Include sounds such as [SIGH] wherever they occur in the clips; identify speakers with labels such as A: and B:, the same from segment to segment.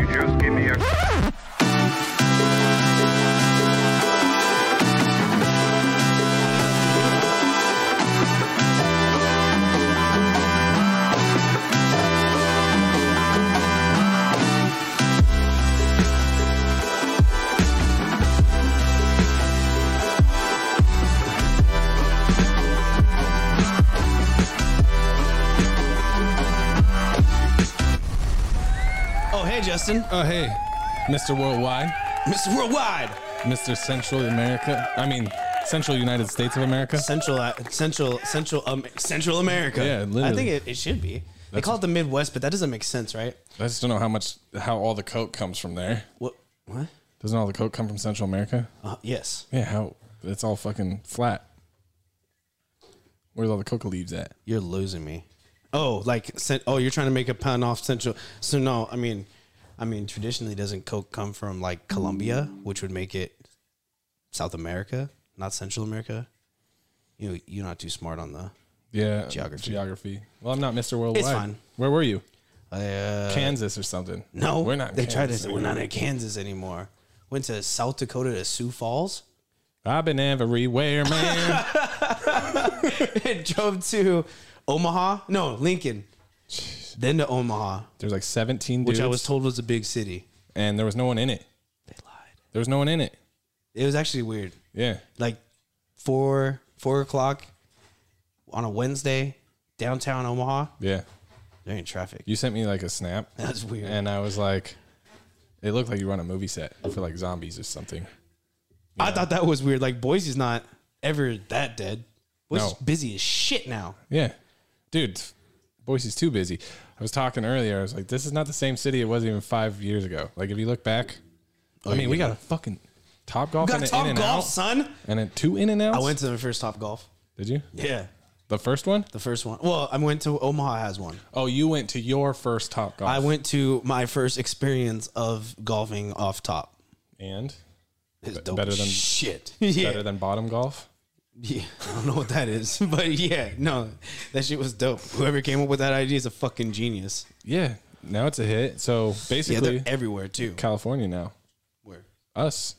A: You just give me a.
B: Oh, hey, Justin,
C: Oh, hey, Mr. Worldwide,
B: Mr. Worldwide,
C: Mr. Central America. I mean, Central United States of America.
B: Central, uh, Central, Central, um, Central America.
C: Yeah, literally.
B: I think it, it should be. they
C: That's-
B: call it the Midwest, but that doesn't make sense, right?
C: I just don't know how much, how all the coke comes from there.
B: What? What?
C: Doesn't all the coke come from Central America?
B: Uh, yes.
C: Yeah, how? It's all fucking flat. Where's all the coca leaves at?
B: You're losing me. Oh, like cent- oh, you're trying to make a pound off central. So no, I mean, I mean, traditionally doesn't Coke come from like Colombia, which would make it South America, not Central America. You know, you're not too smart on the.
C: Yeah,
B: Geography.
C: Geography. Well, I'm not Mr. Worldwide.
B: fine.
C: Where were you?
B: Uh,
C: Kansas or something?
B: no,
C: we're not. in
B: They tried
C: Kansas
B: to. We're
C: anymore.
B: not in Kansas anymore. Went to South Dakota to Sioux Falls. [LAUGHS]
C: I've been everywhere, man.
B: and drove to Omaha. No, Lincoln. Then to Omaha,
C: There's like 17
B: which
C: dudes,
B: I was told was a big city.
C: and there was no one in it.
B: They lied.
C: There was no one in it.
B: It was actually weird.
C: Yeah.
B: like four four o'clock on a Wednesday, downtown Omaha.
C: Yeah.
B: There ain't traffic.
C: You sent me like a snap.
B: [LAUGHS] That's weird.
C: And I was like, it looked like you were on a movie set for like zombies or something.
B: I thought that was weird. Like Boise's not ever that dead. Boise's
C: No.
B: busy as shit now.
C: Yeah. Dude, Boise's too busy. I was talking earlier. I was like, this is not the same city it was even five years ago. Like, if you look back, I mean, we got a fucking Top Golf
B: Oh, Got
C: and an
B: top
C: In and
B: golf,
C: Out.
B: son.
C: And then two In and Outs.
B: I went to the first top golf.
C: Did you?
B: Yeah.
C: The first one?
B: The first one. Well, I went to Omaha has one.
C: Oh, you went to your first Top Golf.
B: I went to my first experience of golfing off top.
C: And
B: It's dope
C: better
B: as
C: than-
B: shit. [LAUGHS] yeah.
C: [LAUGHS] better than Bottom Golf.
B: Yeah, [LAUGHS] I don't know what that is, [LAUGHS] but yeah, no, that shit was dope. Whoever came up with that idea is a fucking genius.
C: Yeah. Now it's a hit. So
B: Yeah,
C: basically,
B: they're everywhere too.
C: California now.
B: Where?
C: Us.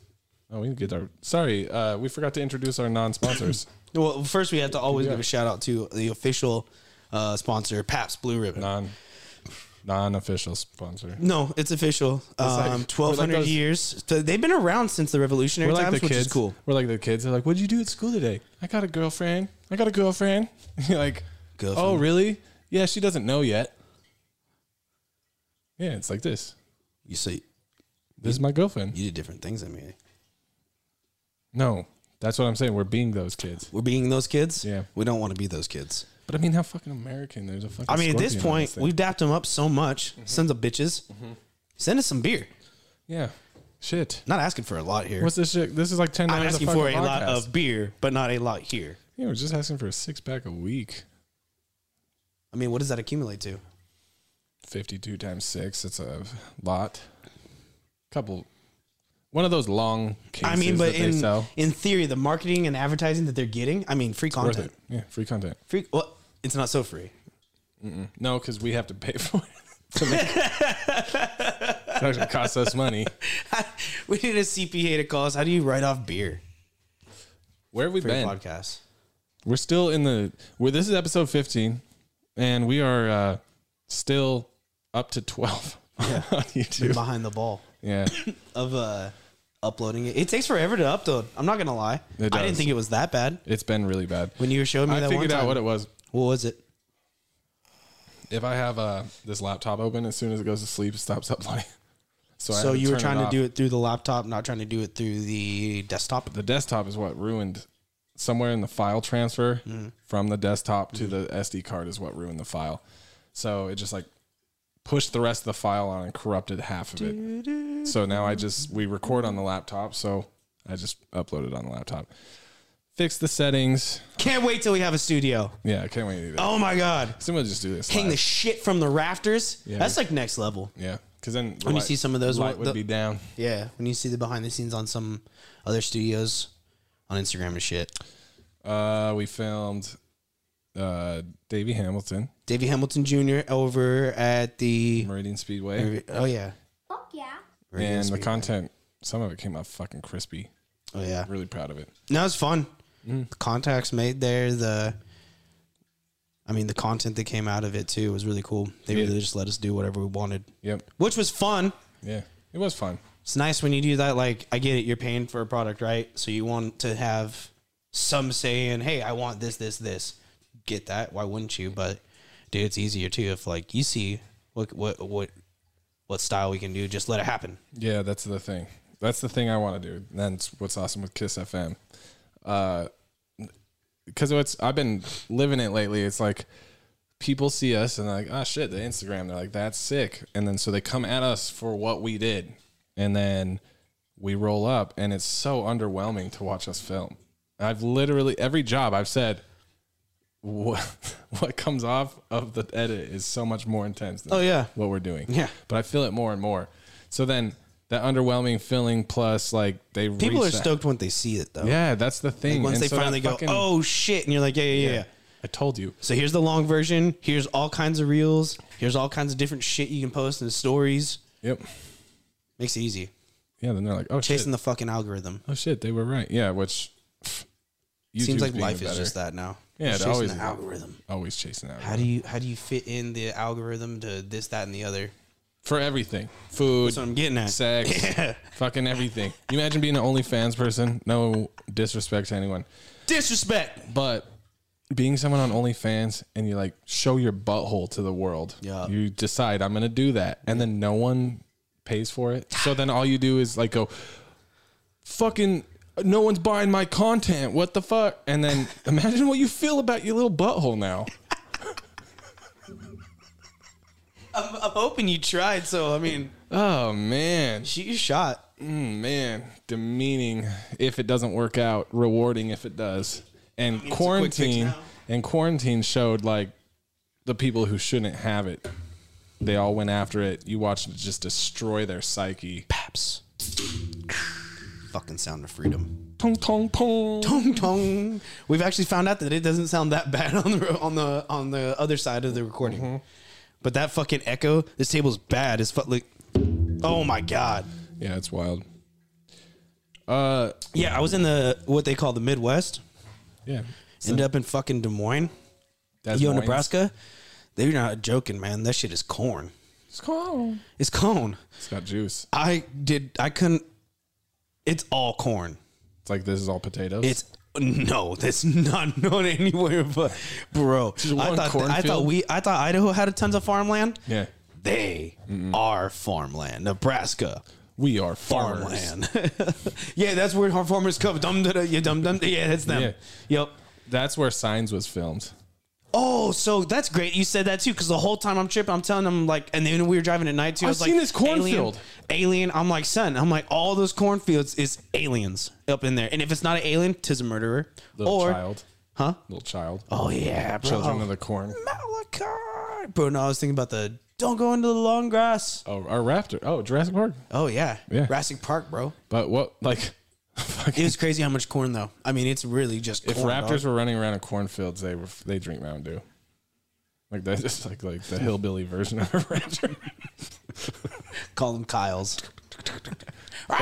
C: Oh, we get our. Sorry, uh, we forgot to introduce
B: [COUGHS]
C: our non-sponsors.
B: Well, first we have to always give a shout out to the official uh, sponsor, Pabst Blue Ribbon.
C: non, non-official sponsor.
B: No, it's official.
C: like-
B: Um, Twelve
C: we're like
B: hundred
C: those-
B: years. So they've been around since the revolutionary
C: We're like
B: times,
C: the
B: which
C: kids.
B: is cool.
C: We're like the kids. They're like, "What'd you do at school today? I got a girlfriend. I got a girlfriend." [LAUGHS] You're like, "Oh,
B: Girlfriend.
C: really? Yeah, she doesn't know yet." Yeah, it's like this.
B: You see,
C: This is my girlfriend.
B: you did different things than me.
C: No, that's what I'm saying. We're being those kids.
B: We're being those kids.
C: Yeah.
B: we don't want to be those kids.
C: But I mean, how fucking American? There's a fucking.
B: I mean, at this
C: scorpion Mm-hmm. on
B: point,
C: thing.
B: we've dapped them up so much. Sons of bitches, send us some beer.
C: yeah, shit.
B: Not asking for a lot here.
C: What's this shit? This is like ten.
B: I'm
C: dollars
B: asking
C: a
B: for a
C: fucking
B: lot
C: podcast.
B: of beer, but not a lot here.
C: Yeah, we're just asking for a six pack a week.
B: I mean, what does that accumulate to?
C: 52 times 6 it's a lot couple one of those long cases
B: I mean, but
C: that they
B: in
C: sell
B: in theory, the marketing and advertising that they're getting, I mean, free
C: worth
B: content.
C: it yeah free content
B: Free. Well, it's not so free. [LAUGHS]
C: no because we have to pay [LAUGHS] for it to make it actually costs us money
B: we need a CPA to call us. How do you write off beer
C: where have we
B: for your
C: been
B: podcast?
C: we're still in the where this is episode 15 and we are uh still up to 12 [LAUGHS] on youtube
B: Behind the ball
C: yeah
B: of uh, uploading it. It takes forever to upload. I'm not gonna lie.
C: It
B: I
C: does.
B: didn't think it was that bad
C: it's been really bad
B: when you were showing me
C: i
B: that one
C: figured
B: time.
C: out what
B: What,
C: it was
B: was it?
C: if I have uh, this laptop open, as soon as it goes to sleep, it stops [LAUGHS] uploading. So, I
B: So
C: had to
B: you were
C: turn
B: trying to
C: off.
B: do it through the laptop, not trying to do it through the desktop.
C: The desktop is what ruined. Somewhere in the file transfer
B: Mm.
C: from the desktop to the SD card is what ruined the file. So it just like pushed the rest of the file on and corrupted half of it. So now I just we record on the laptop. So I just uploaded on the laptop. Fix the settings.
B: Can't wait till we have a studio.
C: Yeah, I can't wait to do that.
B: Oh my god.
C: Someone just do this.
B: hang
C: live.
B: the shit from the rafters. That's like next level.
C: yeah, because then
B: When you see some of those,
C: light
B: what
C: would
B: the-
C: be down.
B: Yeah, when you see the behind the scenes on some other studios on Instagram and shit.
C: Uh, we filmed uh, Davey Hamilton,
B: Davey Hamilton Jr. over at the.
C: Meridian Speedway,
B: Oh yeah.
D: Fuck yeah.
C: and the content. Some of it came out fucking crispy.
B: Oh yeah.
C: Really proud of it.
B: No, it's fun.
C: Mm.
B: The contacts made there. The, I mean, the content that came out of it too was really cool. They
C: Yeah.
B: really just let us do whatever we wanted,
C: Yep.
B: which was fun.
C: Yeah. It was fun.
B: It's nice when you do that. Like, I get it. You're paying for a product, right? So you want to have some saying, "Hey, I want this, this, this." Get that? Why wouldn't you? But dude, it's easier too if like you see what what what what style we can do. Just let it happen.
C: Yeah, that's the thing. That's the thing I want to do. And that's what's awesome with Kiss FM. Uh, because what's I've been living it lately. It's like people see us and they're like, oh shit, the Instagram. They're like, that's sick. And then so they come at us for what we did, and then we roll up, and it's so underwhelming to watch us film. I've literally every job I've said. What [LAUGHS] what comes off of the edit is so much more intense than
B: Oh, yeah.
C: what we're doing.
B: Yeah.
C: But I feel it more and more. So then that underwhelming feeling plus like they
B: People
C: reach
B: are
C: that-
B: stoked when they see it though.
C: Yeah, that's the thing.
B: Once
C: And
B: they
C: so that
B: finally go,
C: fucking-
B: "Oh shit," and you're like, yeah, yeah." yeah. yeah.
C: I told you.
B: So here's the long version. Here's all kinds of reels. Here's all kinds of different shit you can post in the stories.
C: Yep.
B: Makes it easy.
C: Yeah, then they're like, oh
B: Chasing
C: shit,
B: the fucking algorithm.
C: oh shit, they were right. Yeah, which YouTube's
B: Seems like
C: being
B: life is
C: better.
B: just that now.
C: Yeah,
B: Just
C: it
B: chasing
C: always
B: the
C: is.
B: algorithm.
C: always chasing that
B: How do you how do you fit in the algorithm to this, that, and the other?
C: for everything, food,
B: That's what I'm getting at. [LAUGHS]
C: sex, fucking everything. You imagine being an OnlyFans person? No disrespect to anyone,
B: Disrespect.
C: but being someone on OnlyFans and you like show your butthole to the world.
B: Yeah.
C: You decide I'm gonna do that, and then no one pays for it. So then all you do is like go, fucking. No one's buying my content. What the fuck? And then [LAUGHS] imagine what you feel about your little butthole now.
B: I'm, I'm hoping you tried. So I mean,
C: Oh man,
B: shoot your shot.
C: Mm, man, demeaning if it doesn't work out, rewarding if it does. And
B: a quick fix
C: quarantine
B: now.
C: and quarantine showed like the people who shouldn't have it. They all went after it. You watched it just destroy their psyche.
B: Paps. Fucking sound of freedom.
C: Tong tong pong.
B: Tong tong. We've actually found out that it doesn't sound that bad on the on the on the other side of the recording.
C: Mm-hmm.
B: But that fucking echo, this table's bad as fuck. Like, oh my god.
C: Yeah, it's wild. Uh,
B: Yeah, I was in the what they call the Midwest.
C: yeah.
B: Ended up in fucking Des Moines,
C: That's
B: yo, Nebraska. They're not joking, man. That shit is corn.
C: It's cool.
B: It's cone.
C: It's got juice.
B: I did. I couldn't. It's all corn.
C: It's like this is all potatoes.
B: It's no, that's not [LAUGHS] known anywhere, but bro, I
C: one
B: thought I thought
C: cornfield?
B: we I thought Idaho had a tons of farmland.
C: yeah.
B: They are farmland. Nebraska
C: We are farmers.
B: farmland. [LAUGHS] yeah, that's where our farmers come. Dum da da. Yeah, dum dum. Yeah, that's them. Yep.
C: That's where Signs was filmed.
B: Oh, so that's great. You said that too, because the whole time I'm tripping, I'm telling them like, and then we were driving at night too. I
C: I've
B: was
C: seen
B: like,
C: this cornfield.
B: alien, alien. I'm like, son, I'm like, all those cornfields is aliens up in there, and if it's not an alien, tis a murderer
C: Little
B: or
C: child.
B: huh?
C: Little child.
B: Oh yeah, bro.
C: Children of the corn.
B: Malachi. Bro, no, I was thinking about the don't go into the long grass.
C: Oh, our raptor. Oh, Jurassic Park.
B: Oh yeah,
C: Yeah.
B: Jurassic Park, bro.
C: But what, like, [LAUGHS]
B: It
C: fucking,
B: was crazy how much corn though. I mean, it's really just
C: if
B: corn,
C: raptors
B: dog.
C: were running around in cornfields, they were they drink Mountain Dew. Like that's just like like the hillbilly version of a [LAUGHS] raptor.
B: call them Kyles.
C: Got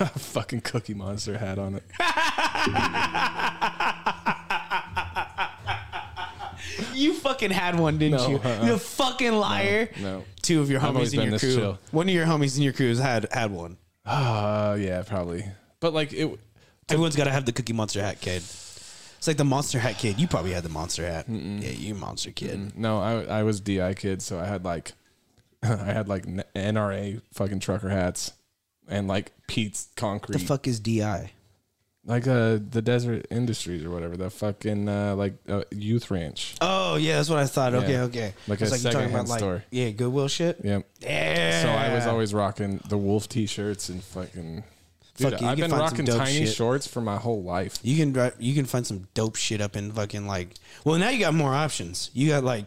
C: a fucking Cookie Monster hat on it. [SIGHS]
B: You fucking had one, didn't
C: No,
B: you?
C: [LAUGHS] uh-uh.
B: You fucking liar.
C: No, no.
B: Two of your
C: always
B: homies in
C: been
B: your
C: this
B: crew.
C: chill.
B: One of your homies in your crew has had had one.
C: Uh yeah, probably. But like it,
B: Everyone's got to have the Cookie Monster hat, kid. It's like the Monster Hat kid. You probably had the Monster Hat. Yeah, you Monster kid.
C: no, I I was DI kid, so I had like [LAUGHS] I had like N- NRA fucking trucker hats and like Pete's concrete,
B: The fuck is Di?
C: like uh the Desert Industries or whatever. The fucking uh, like uh, youth ranch.
B: Oh yeah, that's what I thought. Okay,
C: Yeah.
B: okay.
C: Like
B: It's
C: a
B: you're
C: secondhand store.
B: yeah, Goodwill shit.
C: Yep.
B: Yeah.
C: So I was always rocking the wolf t-shirts and fucking. Dude,
B: Fuck, you
C: I've
B: can
C: been
B: find some
C: rocking
B: dope
C: tiny
B: shit.
C: shorts for my whole life.
B: You can drive, you can find some dope shit up in fucking like. Well, now you got more options. You got like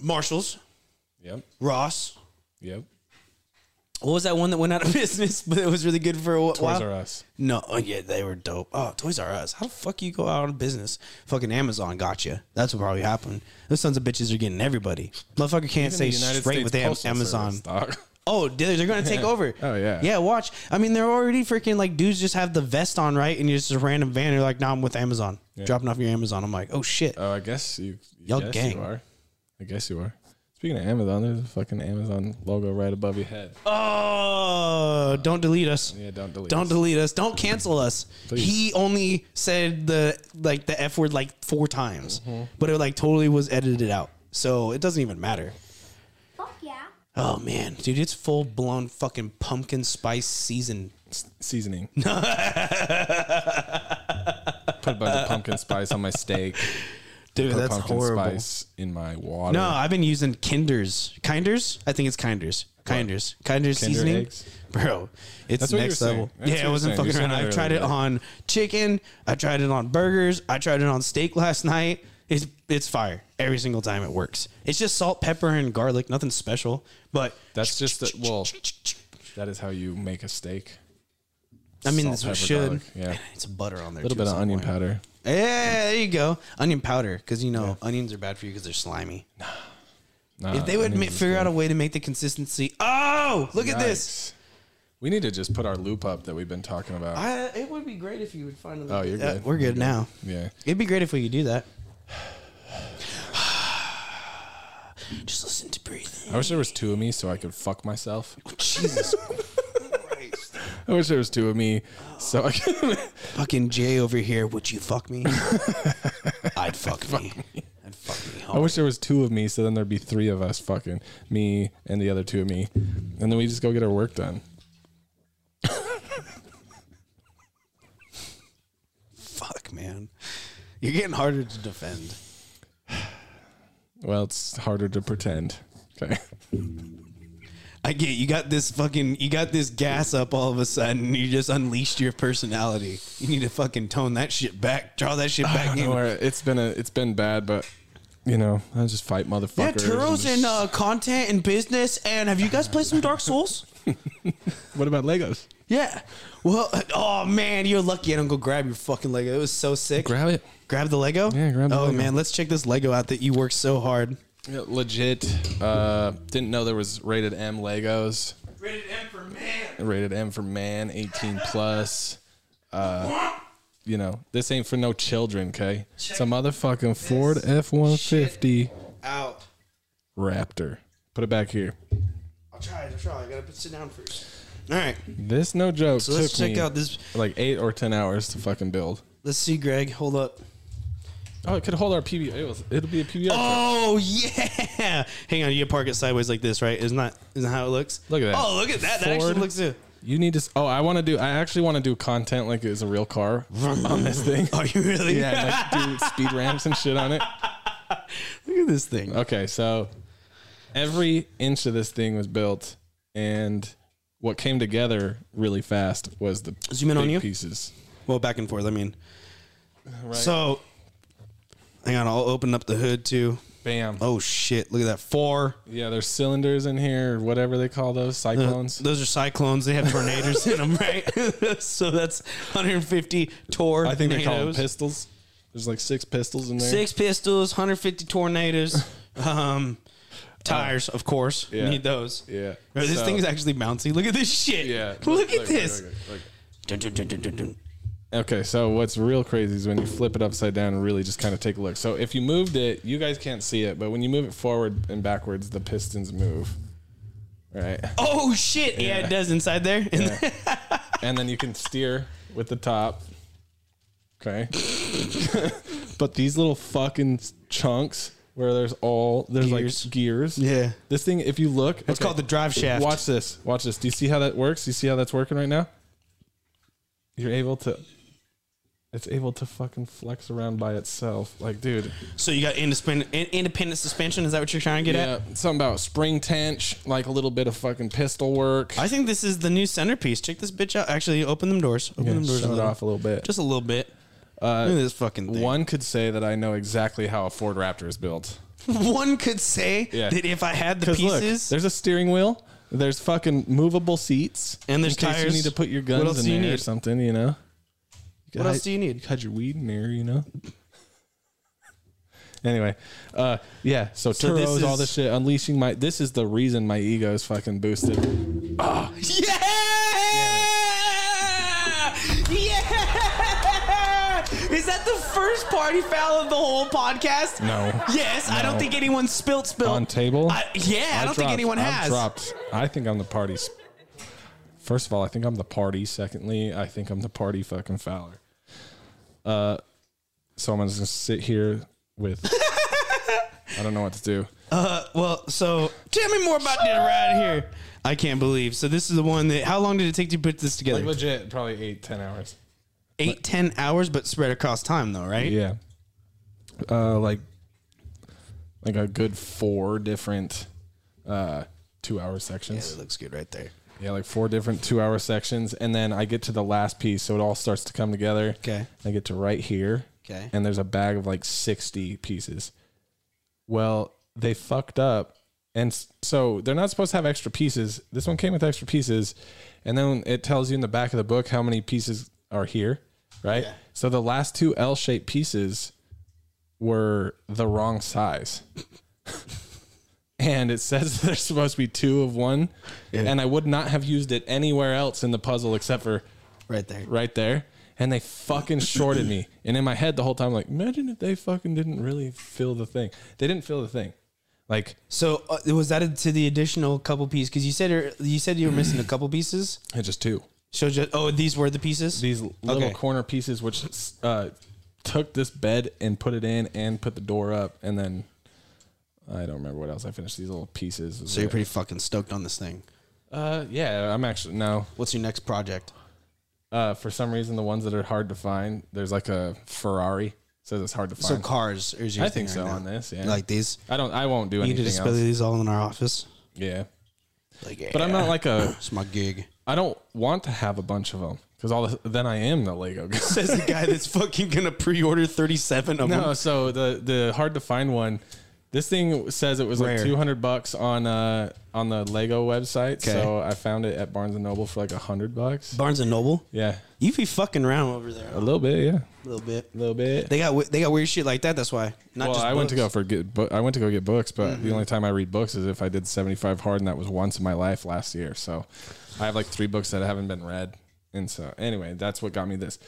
B: Marshalls,
C: Yep.
B: Ross,
C: Yep.
B: What was that one that went out of [LAUGHS] business, but it was really good for a wh- while?
C: Toys R Us.
B: No, oh yeah, they were dope. Oh, Toys R Us. How the fuck you go out of business? Fucking Amazon got you. That's what probably happened. Those sons of bitches are getting everybody. Motherfucker can't
C: Even
B: say
C: the United
B: straight
C: States
B: with Am-
C: Postal
B: Amazon.
C: Service, dog.
B: Oh, dude, they're gonna take over.
C: Oh, [LAUGHS] yeah.
B: yeah. Watch. I mean, they're already freaking like dudes just have the vest on, right? And you're just a random van. You're like, nah, I'm with Amazon. Dropping off your Amazon. I'm like, oh shit.
C: [LAUGHS] Oh, I guess you.
B: Y'all
C: Y'all guess
B: gang.
C: You are. I guess you are. Speaking of Amazon, there's a fucking Amazon logo right above your head.
B: Oh, don't delete us.
C: Yeah, don't delete.
B: Don't
C: us.
B: delete us. Don't cancel us.
C: Please.
B: He only said the like the f word like four times, but it like totally was edited out, so it doesn't even matter.
D: Fuck yeah.
B: Oh man, dude, it's full blown fucking pumpkin spice season.
C: S-
B: [LAUGHS]
C: seasoning. Put a bunch of pumpkin spice on my steak.
B: Dude,
C: Put
B: that's
C: pumpkin
B: horrible.
C: spice in my water.
B: No, I've been using Kinders, Kinders. I think it's Kinders, Kinders, Kinders
C: Kinder
B: seasoning,
C: eggs?
B: bro. It's
C: That's what you
B: next
C: were saying.
B: level.
C: That's what
B: yeah,
C: you
B: it
C: were
B: wasn't
C: saying.
B: fucking
C: You said
B: around.
C: that
B: I've tried it
C: earlier.
B: on chicken. I tried it on burgers. I tried it on steak last night. It's it's fire every single time. It works. It's just salt, pepper, and garlic. Nothing special, but
C: That's just the, well. That is how you make a steak.
B: I mean,
C: Salt,
B: that's what
C: pepper,
B: should.
C: garlic, yeah.
B: [LAUGHS] it's butter on there.
C: A little
B: too
C: bit
B: at
C: of
B: some
C: onion
B: point.
C: powder.
B: Yeah, there you go. Onion powder, because you know onions are bad for you because they're slimy.
C: Nah,
B: if they would ma-
C: onions is
B: figure out
C: good.
B: a way to make the consistency, oh, look at this.
C: Yikes. We need to just put our loop up that we've been talking about.
B: I, it would be great if you would finally.
C: Oh, you're good.
B: we're good now.
C: yeah.
B: It'd be great if we could do that. [SIGHS] Just listen to breathing. Oh,
C: I wish there was two of me so I could fuck myself. [LAUGHS]
B: Jesus [LAUGHS] Christ.
C: I wish there was two of me so I could. [LAUGHS]
B: Fucking Jay over here. Would you fuck me? I'd fuck, me. I'd fuck me. Oh,
C: I
B: Home.
C: wish there was two of me so then there'd be three of us fucking me and the other two of me, and then we just go get our work done.
B: fuck, man. You're getting harder to defend.
C: Well, it's harder to pretend. Okay.
B: I get you got this fucking you got this gas up all of a sudden. You just unleashed your personality. You need to fucking tone that shit back. Draw that shit
C: [LAUGHS]
B: back in.
C: Or it's been a it's been bad, but you know I just fight motherfuckers.
B: Yeah,
C: and
B: Turo's
C: just-
B: in uh, content and business. And have you guys played some Dark
C: [LAUGHS]
B: Souls?
C: what about Legos?
B: Yeah. Well, oh man, you're lucky I don't go grab your fucking Lego. It was so sick.
C: Grab it.
B: Grab the Lego?
C: Yeah, grab the
B: Oh
C: Lego.
B: man, let's check this Lego out that you worked so hard.
C: Yeah, legit. Uh, didn't know there was rated M Legos.
B: Rated M for man.
C: Rated M for man, 18 plus. Uh, you know, this ain't for no children, okay? It's a motherfucking Ford F 150
B: Out.
C: Raptor. Put it back here.
B: I'll try it. I'll try it. I gotta put, sit down first. All right.
C: This no joke.
B: So let's
C: took
B: check
C: me
B: out this.
C: like eight or ten hours to fucking build.
B: Let's see, Greg. Hold up.
C: Oh, it could hold our PB. It was, it'll be a PBR. truck.
B: Oh yeah. Hang on. You park it sideways like this, right? Isn't that isn't that how it looks?
C: Look at that.
B: Oh, look at that. That
C: Ford.
B: actually looks.
C: [LAUGHS]
B: Good.
C: You need to. s- Oh, I want to do. I actually want to do content like it was a real car [LAUGHS] on this thing. [LAUGHS]
B: Are you really?
C: yeah, and, like do speed ramps and shit on it.
B: [LAUGHS] Look at this thing.
C: Okay, so every inch of this thing was built, and what came together really fast was the
B: Zoom in on
C: big
B: you.
C: pieces.
B: Well, back and forth. I mean, so hang on. I'll open up the hood too.
C: Bam.
B: Oh shit! Look at that. Four.
C: Yeah, there's cylinders in here, whatever they call those, cyclones.
B: Those are cyclones. They have tornadoes in them, [LAUGHS] right? so that's 150 tornadoes.
C: I think they call them pistols. There's like six pistols in there.
B: Six pistols, 150
C: [LAUGHS]
B: tornadoes, um, tires, of course. You
C: yeah.
B: Need those.
C: Yeah.
B: Bro, this
C: So-
B: thing is actually bouncy. Look at this shit.
C: Yeah.
B: Look, at this.
C: look, look.
B: Dun, dun, dun, dun, dun, dun.
C: Okay, so what's real crazy is when you flip it upside down and really just kind of take a look. So if you moved it, you guys can't see it, but when you move it forward and backwards, the pistons move. Right?
B: Oh shit! Yeah,
C: Yeah.
B: it does inside there. And
C: and then you can steer with the top. Okay. [LAUGHS] but these little fucking chunks where there's all there's
B: Gears.
C: like
B: [LAUGHS]
C: gears.
B: Yeah.
C: This thing, if you look,
B: It's called the drive shaft.
C: Watch this. Watch this. Do you see how that works? Do you see how that's working right now? You're able to. It's able to fucking flex around by itself. Like, dude.
B: So you got independent, in- independent suspension. Is that what you're trying to get at?
C: Yeah. Something about spring tension, like a little bit of fucking pistol work.
B: I think this is the new centerpiece. Check this bitch out. Actually, open them doors. Open
C: Yeah,
B: them doors.
C: shut
B: a
C: it
B: little.
C: off a little bit. Uh,
B: Just a little bit. Look at this fucking thing.
C: One could say that I know exactly how a Ford Raptor is built.
B: [LAUGHS] One could say
C: Yeah.
B: that if I had the
C: 'Cause look,
B: pieces,
C: there's a steering wheel. There's fucking movable seats.
B: And there's
C: in case
B: tires.
C: You need to put your
B: What
C: guns
B: else
C: in
B: do you
C: there or
B: need?
C: something, you know. You
B: What
C: could
B: else
C: hide-
B: do you need?
C: could hide your weed in there, you know. [LAUGHS] anyway, uh, yeah. So,
B: So
C: Turos,
B: this
C: all
B: is-
C: this shit, unleashing my. This is the reason my ego is fucking boosted.
D: Yeah! Yeah! Is that the first party foul of the whole podcast?
C: No.
B: [LAUGHS]
D: Yes, I don't
C: No.
D: think anyone spilt spilt.
C: On table?
D: I, yeah, I, don't think
C: dropped-
D: anyone
C: I'm
D: has.
C: dropped. I think I'm the party's. First of all, I think I'm the party. Secondly, I think I'm the party fucking Fowler. Uh, so I'm just gonna sit here
D: [LAUGHS]
C: with. I don't know what to do.
B: Well, so tell me more about this right here. I can't believe. So this is the one that. How long did it take to put this together?
C: Like legit, probably eight, ten hours.
B: Eight, ten hours, but spread across time though, right?
C: Yeah. Uh, like, like a good four different, uh, two-hour sections.
B: It looks good right there.
C: Yeah, like four different two hour sections. And then I get to the last piece. So it all starts to come together.
B: Okay.
C: I get to right here.
B: Okay.
C: And there's a bag of like 60 pieces. Well, they fucked up. And s- so they're not supposed to have extra pieces. This one came with extra pieces. And then it tells you in the back of the book how many pieces are here. Right. So the last two L shaped pieces were the wrong size. [LAUGHS] and it says [LAUGHS] there's supposed to be two of one. And I would not have used it anywhere else in the puzzle except for
B: Right there.
C: right there. And they fucking shorted me. And in my head the whole time, like, imagine if they fucking didn't really feel the thing. They didn't feel the thing. Like
B: So uh, was that to the additional couple pieces? Because you said er- you said you were missing a couple pieces.
C: it's just two.
B: So just oh, these were the pieces.
C: These little
B: Okay.
C: corner pieces which uh took this bed and put it in and put the door up and then I don't remember what else I finished these little pieces.
B: So you're pretty fucking stoked on this thing.
C: uh yeah, I'm actually no.
B: What's your next project?
C: Uh, for some reason, the ones that are hard to find, there's like a Ferrari says it's hard to
B: So
C: find.
B: cars is your
C: I
B: thing
C: think
B: right
C: so
B: now.
C: on this, yeah.
B: Like these.
C: I don't. I won't do
B: You need to
C: anything
B: display
C: else.
B: these all in our office.
C: Yeah,
B: Like,
C: but I'm not
B: yeah,
C: like a.
B: [CLEARS THROAT] It's my gig.
C: I don't want to have a bunch of them because all the, then I am the Lego
B: [LAUGHS]
C: guy. [LAUGHS]
B: Says the guy that's fucking gonna pre-order 37 of
C: No, so the the hard to find one. This thing says it was
B: Rare.
C: like 200 bucks on uh on the Lego website.
B: Okay.
C: So I found it at Barnes and Noble for like 100 bucks.
B: Barnes and Noble.
C: Yeah,
B: You be fucking around over there
C: a
B: a
C: little bit. Yeah,
B: little bit.
C: a little bit.
B: They got we- they got weird shit like that. That's why. Not
C: well,
B: just
C: I went to go
B: books. Mm-hmm.
C: for good. Bu- I went to go get books, but the only time I read books is if I did seventy five hard, and that was once in my life last year. So I have like three books that haven't been read, and so anyway, that's what got me this.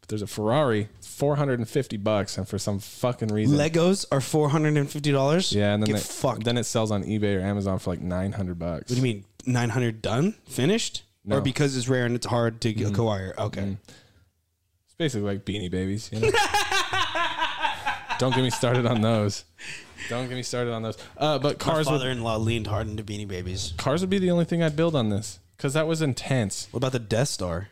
C: But there's a Ferrari, four hundred and fifty bucks, and for some fucking reason,
B: Legos are four hundred and fifty dollars.
C: yeah, and then
B: get
C: they,
B: fucked.
C: then it sells on eBay or Amazon for like nine hundred bucks.
B: What do you mean? Nine hundred done, finished, or
C: No.
B: because it's rare and it's hard to get acquire? Okay.
C: It's basically like Beanie Babies. You know? [LAUGHS] Don't get me started on those. Don't get me started on those. Uh, but
B: Our
C: cars would,
B: father-in-law leaned hard into Beanie Babies.
C: cars would be the only thing I'd build on this because that was intense.
B: What about the Death Star?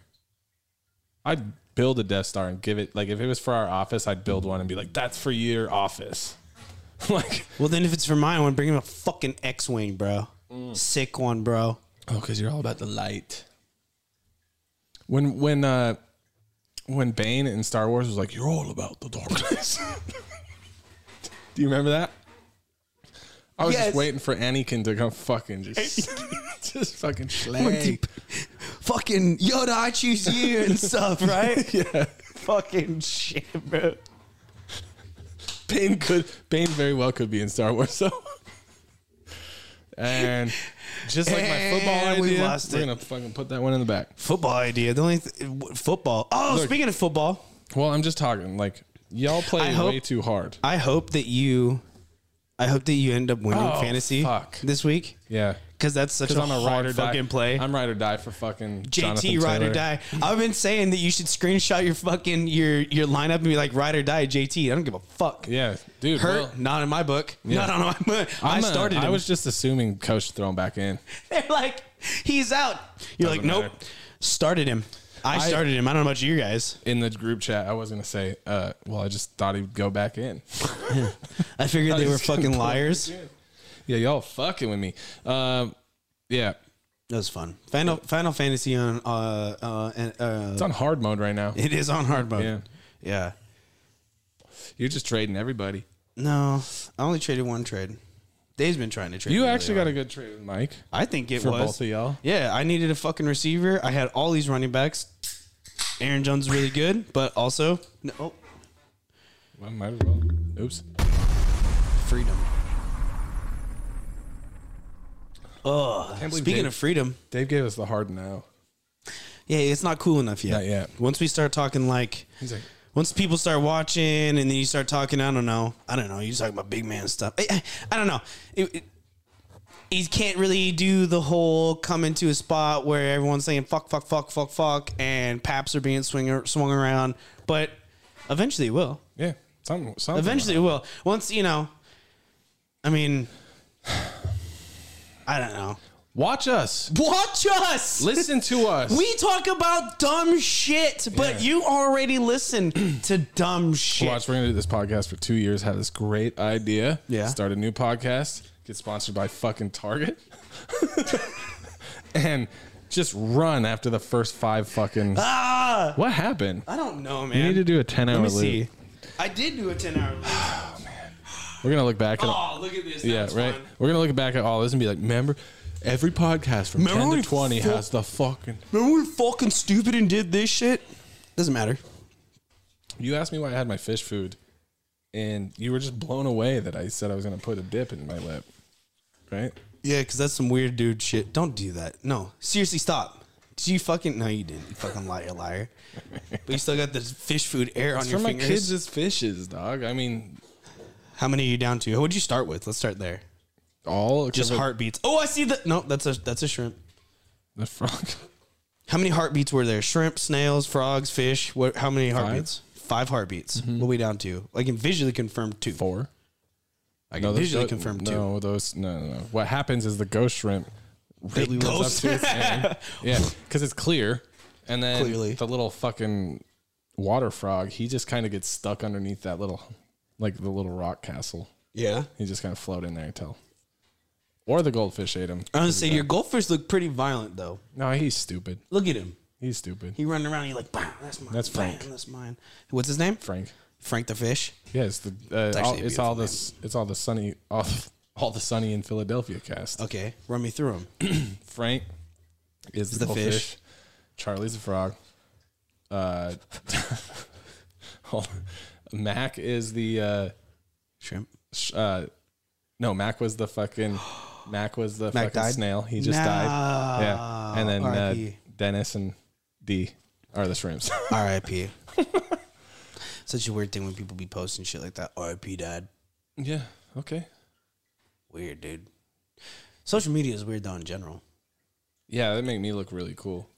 C: I'd build a Death Star and give it like if it was for our office, I'd build one and be like, "That's for your office." [LAUGHS] like,
B: Well, then if it's for mine, I want to bring him a fucking X-wing, bro.
C: Mm.
B: Sick one, bro.
C: oh, because you're all about the light. When when uh when Bane in Star Wars was like, "You're all about the darkness." [LAUGHS] Do you remember that? I was
B: Yes.
C: just waiting for Anakin to come fucking just [LAUGHS] just fucking slay.
B: Deep. [LAUGHS] Fucking Yoda, I choose you
C: [LAUGHS]
B: and stuff, right? yeah. Fucking shit, bro.
C: Bane could Bane very well could be in Star Wars though. and just like my football
B: And
C: idea,
B: we lost
C: we're
B: it.
C: gonna fucking put that one in the back.
B: Football idea. The only th- w- football. Oh,
C: Look.
B: speaking of football,
C: Well, I'm just talking like y'all play
B: I
C: way
B: hope-
C: too hard.
B: I hope that you, I hope that you end up winning
C: Oh,
B: fantasy
C: fuck.
B: this week
C: Yeah,
B: because that's such a,
C: because I'm a
B: hard
C: ride or die.
B: fucking play.
C: I'm ride or die for fucking
B: JT
C: Jonathan
B: ride
C: Taylor.
B: or die. I've been saying that you should screenshot your fucking your your lineup and be like ride or die JT. I don't give a fuck.
C: Yeah, dude.
B: Hurt,
C: well,
B: not in my book.
C: Yeah.
B: Not on my book. I
C: I'm a-
B: started.
C: I
B: him.
C: was just assuming coach throw him back in.
B: [LAUGHS] They're like, he's out. You're like,
C: Doesn't
B: nope.
C: matter.
B: Started him. I,
C: I-
B: started him. I don't know about you guys.
C: In the group chat, I was gonna say, uh, well, I just thought he'd go
B: [LAUGHS]
C: back in. [LAUGHS]
B: I figured they were fucking liars.
C: yeah, y'all fucking with me. Um, yeah,
B: That was fun. Final Final Fantasy on uh uh, and,
C: it's
B: uh
C: on hard mode right now.
B: it is on hard mode.
C: Yeah.
B: yeah.
C: You're just trading everybody.
B: No, I only traded one trade. They've been trying to trade.
C: You
B: me really
C: actually
B: hard.
C: got a good trade with Mike.
B: I think it
C: for
B: was
C: both of y'all?
B: Yeah, I needed a fucking receiver. I had all these running backs. Aaron Jones is really good, but also no oh,
C: Well, might as well. Oops.
B: freedom. Oh,
C: believe
B: speaking
C: Dave-
B: of freedom,
C: Dave gave us the hard now.
B: yeah, it's not cool enough yet.
C: Not yet.
B: Once we start talking like,
C: He's like,
B: once people start watching, and then you start talking, I don't know, I don't know, you talking about big man stuff. I, I, I don't know. It, it, he can't really do the whole come into a spot where everyone's saying fuck, fuck, fuck, fuck, fuck, and paps are being swing, swung around. But eventually, it will.
C: yeah, something. something
B: Eventually, it will. Once you know, I mean, I don't know.
C: Watch us.
B: Watch us.
C: Listen to us.
B: We talk about dumb shit, but
C: Yeah.
B: you already listen to dumb shit.
C: Watch, we're gonna do this podcast for two years. Had this great idea.
B: Yeah.
C: Start a new podcast. Get sponsored by fucking Target. [LAUGHS] and just run after the first five fucking.
B: Ah,
C: What happened?
B: I don't know, man.
C: You need to do a ten
B: Let
C: hour
B: me
C: loop.
B: see. I did do a ten hour. loop.
C: [SIGHS] We're gonna look back at.
B: Oh, look at this. That
C: yeah,
B: was
C: right.
B: fun.
C: We're gonna look back at all this and be like, remember, every podcast from
B: Remember
C: ten
B: when
C: to twenty
B: fu-
C: has the fucking.
B: Remember when fucking stupid and did this shit? Doesn't matter.
C: You asked me why I had my fish food, and you were just blown away that I said I was gonna put a dip in my lip, right?
B: Yeah, because that's some weird dude shit. Don't do that. No, seriously, stop. Did you fucking? No, you didn't. You fucking liar, liar. But you still got this fish food air on
C: It's for
B: your
C: my
B: fingers.
C: kids, it's fishes, dog. I mean,
B: How many are you down to? What'd you start with? Let's start there.
C: all except
B: Just
C: for
B: heartbeats. Oh, I see the. No, that's a that's a shrimp.
C: The frog. [LAUGHS]
B: How many heartbeats were there? Shrimp, snails, frogs, fish. What? How many heartbeats? Five heartbeats.
C: Mm-hmm.
B: What we down to? I can visually confirm two.
C: Four.
B: I can visually confirm two.
C: No, those. No, no, no. What happens is the ghost shrimp really lives
B: ghost-
C: up to its name. [LAUGHS] Yeah, because it's clear, and then
B: Clearly.
C: the little fucking water frog, he just kind of gets stuck underneath that little, like the little rock castle.
B: [LAUGHS] Yeah.
C: He just kind of float in there until, or the goldfish ate him.
B: I was gonna say your goldfish look pretty violent though.
C: No, he's stupid.
B: Look at him.
C: He's stupid.
B: He running around. He like, "Bam, that's mine.
C: That's
B: bam,
C: Frank.
B: that's mine. What's his name?
C: Frank.
B: Frank the fish.
C: Yeah, it's the. Uh, all,
B: actually a
C: it's
B: beautiful
C: all this. It's all the sunny. All, all the sunny in Philadelphia cast.
B: Okay, run me through him.
C: Frank is the,
B: the
C: goldfish.
B: fish.
C: Charlie's the frog. Uh, [LAUGHS] hold on. Mac is the uh,
B: Shrimp.
C: sh- uh, no. Mac was
B: [GASPS]
C: the fucking Mac was the
B: Mac
C: fucking
B: died?
C: snail. He just
B: No.
C: died. Yeah, and then uh,
B: R.I.P..
C: Dennis and D are the shrimps. [LAUGHS]
B: R.I.P. [LAUGHS] Such a weird thing when people be posting shit like that. R.I.P. Dad.
C: yeah. Okay.
B: Weird, dude. Social media is weird though in general.
C: Yeah, that make me look really cool.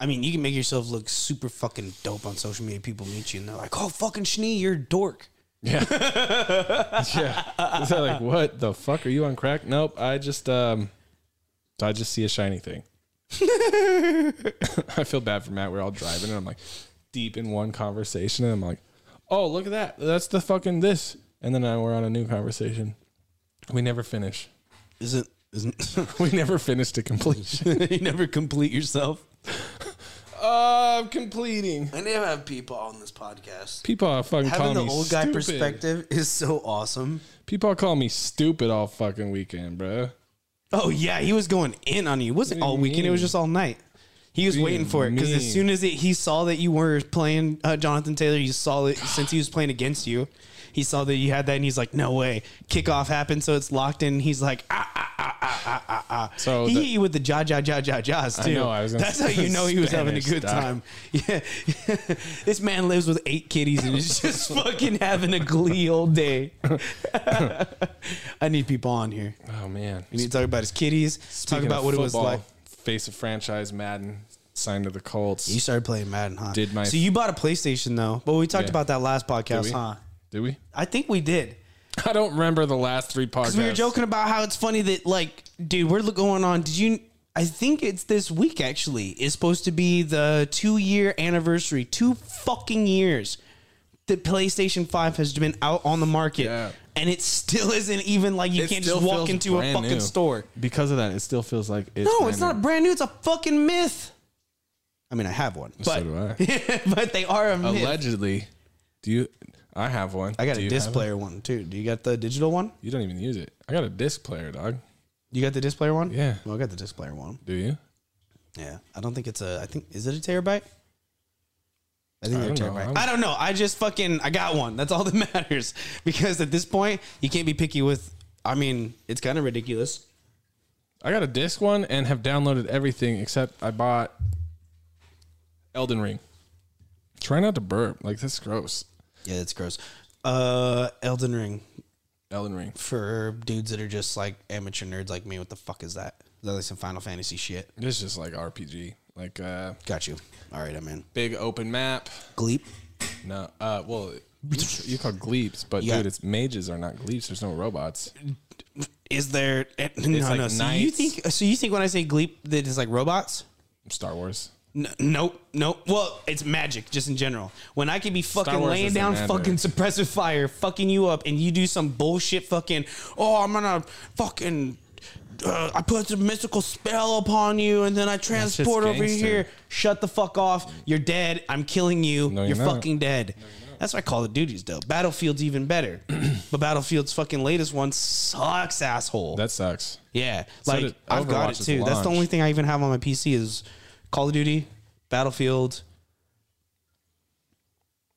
B: I mean, you can make yourself look super fucking dope on social media. People meet you and they're like, "Oh, fucking Schnee, you're a dork."
C: [LAUGHS] yeah. So like, what the fuck are you on crack? Nope. I just um, I just see a shiny thing. [LAUGHS] I feel bad for Matt. We're all driving, and I'm like deep in one conversation, and I'm like, oh, look at that. That's the fucking this. And then I, we're on a new conversation. We never finish. [LAUGHS]
B: Isn't isn't [LAUGHS]
C: We never finish to completion.
B: you never complete yourself?
C: uh, I'm completing.
B: I never have people on this podcast.
C: People are fucking
B: Having
C: calling
B: the
C: me
B: old guy
C: stupid.
B: perspective is so awesome.
C: People call me stupid all fucking weekend, bruh.
B: Oh yeah, he was going in on you. It wasn't
C: What do
B: all
C: you
B: weekend. It was
C: mean?
B: just all night. He was
C: do you
B: waiting for it because as
C: mean?
B: soon as it, he saw that you were playing uh, Jonathan Taylor, you saw it since he was playing against you. He saw that you had that, and he's like, "No way!" Kickoff happened, so it's locked in. He's like, "Ah ah ah ah ah ah ah."
C: So
B: he
C: the-
B: hit you with the ja ja ja ja ja's too.
C: know, I was gonna
B: That's how
C: say
B: you know he
C: [LAUGHS]
B: was having a
C: Spanish
B: good
C: style.
B: time. [LAUGHS] Yeah, this man lives with eight kitties and
C: [LAUGHS]
B: is just fucking having a glee all day. [LAUGHS] I need people on here.
C: Oh man.
B: We need to talk about his kitties. talk
C: Speaking
B: about
C: of
B: what it was
C: football,
B: like.
C: Face of franchise Madden signed to the Colts.
B: You started playing Madden, huh?
C: Did my-
B: so you bought a PlayStation though? But we talked
C: Yeah.
B: about that last podcast,
C: we?
B: huh?
C: Did we? [LAUGHS]
B: I think we did
C: I don't remember the last three podcasts.
B: because we were joking about how it's funny that like, dude, we're going on. Did you? I think it's this week actually is supposed to be the two year anniversary. Two fucking years. The PlayStation Five has been out on the market,
C: Yeah.
B: and it still isn't even like you
C: It
B: can't
C: still
B: just walk
C: feels
B: into a
C: brand
B: fucking
C: new.
B: store.
C: Because of that, it still feels like it's
B: No, it's not brand new. It's a fucking myth. I mean, I have one, but
C: So do I.
B: [LAUGHS] but they are a myth.
C: Allegedly, do you? I have one.
B: I got
C: Do
B: a
C: you
B: disc
C: have
B: player one too. Do you got the digital one?
C: it? You don't even use it. I got a disc player, dog.
B: You got the disc player one?
C: Yeah.
B: Well, I got the disc player one.
C: Do you?
B: Yeah. I don't think it's a. I think is it a terabyte? I think
C: I
B: they're
C: don't know.
B: terabyte.
C: I'm-
B: I don't know. I just fucking I got one. That's all [LAUGHS] that matters. Because at this point, you can't be picky with. I mean, it's kind of ridiculous.
C: I got a disc one and have downloaded everything except I bought Elden Ring. Try not to burp. Like that's gross.
B: Yeah, that's gross. Uh, Elden Ring
C: Elden Ring.
B: for dudes that are just like amateur nerds like me. What the fuck is that? Is that like some Final Fantasy shit?
C: It's just like RPG. Like uh
B: Got you. All right, I'm in.
C: big open map.
B: Gleep.
C: No. Uh well
B: [LAUGHS]
C: you, you call gleeps, but
B: Yeah.
C: dude, it's mages are not gleeps. There's no robots.
B: Is there? eh, [LAUGHS] no,
C: like
B: no. So you
C: knights.
B: think? So you think when I say Gleep that it's like robots?
C: Star Wars.
B: N- nope, nope. Well, it's magic just in general. When I could be fucking
C: Wars
B: laying
C: isn't
B: down
C: magic.
B: fucking suppressive fire, fucking you up, and you do some bullshit fucking, oh, I'm gonna fucking, uh, I put a mystical spell upon you, and then I
C: shit's
B: transport over
C: gangster.
B: here. Shut the fuck off. You're dead. I'm killing you.
C: No,
B: you're
C: you're not.
B: fucking dead. That's why Call of Duty's dope. Battlefield's even better.
C: [CLEARS THROAT]
B: but Battlefield's fucking latest one sucks, asshole.
C: That sucks.
B: Yeah, like
C: did
B: I've got it
C: Overwatch's
B: too. That's the
C: launch.
B: only thing I even have on my PC is Call of Duty, Battlefield.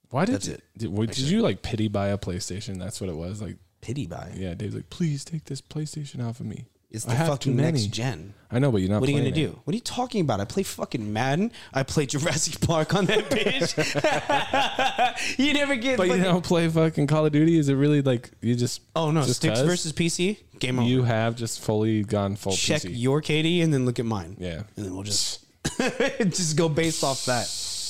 C: Why did
B: That's
C: it?
B: it.
C: Did, what, did you like pity buy a PlayStation? That's what it was. Like
B: Pity buy.
C: yeah, Dave's like, please take this PlayStation off of me.
B: It's
C: I
B: the
C: have
B: fucking
C: too many.
B: next gen.
C: I know, but you're not.
B: What are you gonna
C: playing it.
B: do? What are you talking about? I play fucking Madden. I play Jurassic [LAUGHS] Park on
C: [LAUGHS]
B: that bitch. [LAUGHS] you never get.
C: But you
B: fucking-
C: don't play fucking Call of Duty. Is it really like you just?
B: oh no,
C: just
B: sticks
C: 'cause?
B: versus PC. Game over.
C: You have just fully gone full
B: Check
C: PC.
B: your KD and then look at mine.
C: yeah,
B: and then we'll just [LAUGHS] just go based off that.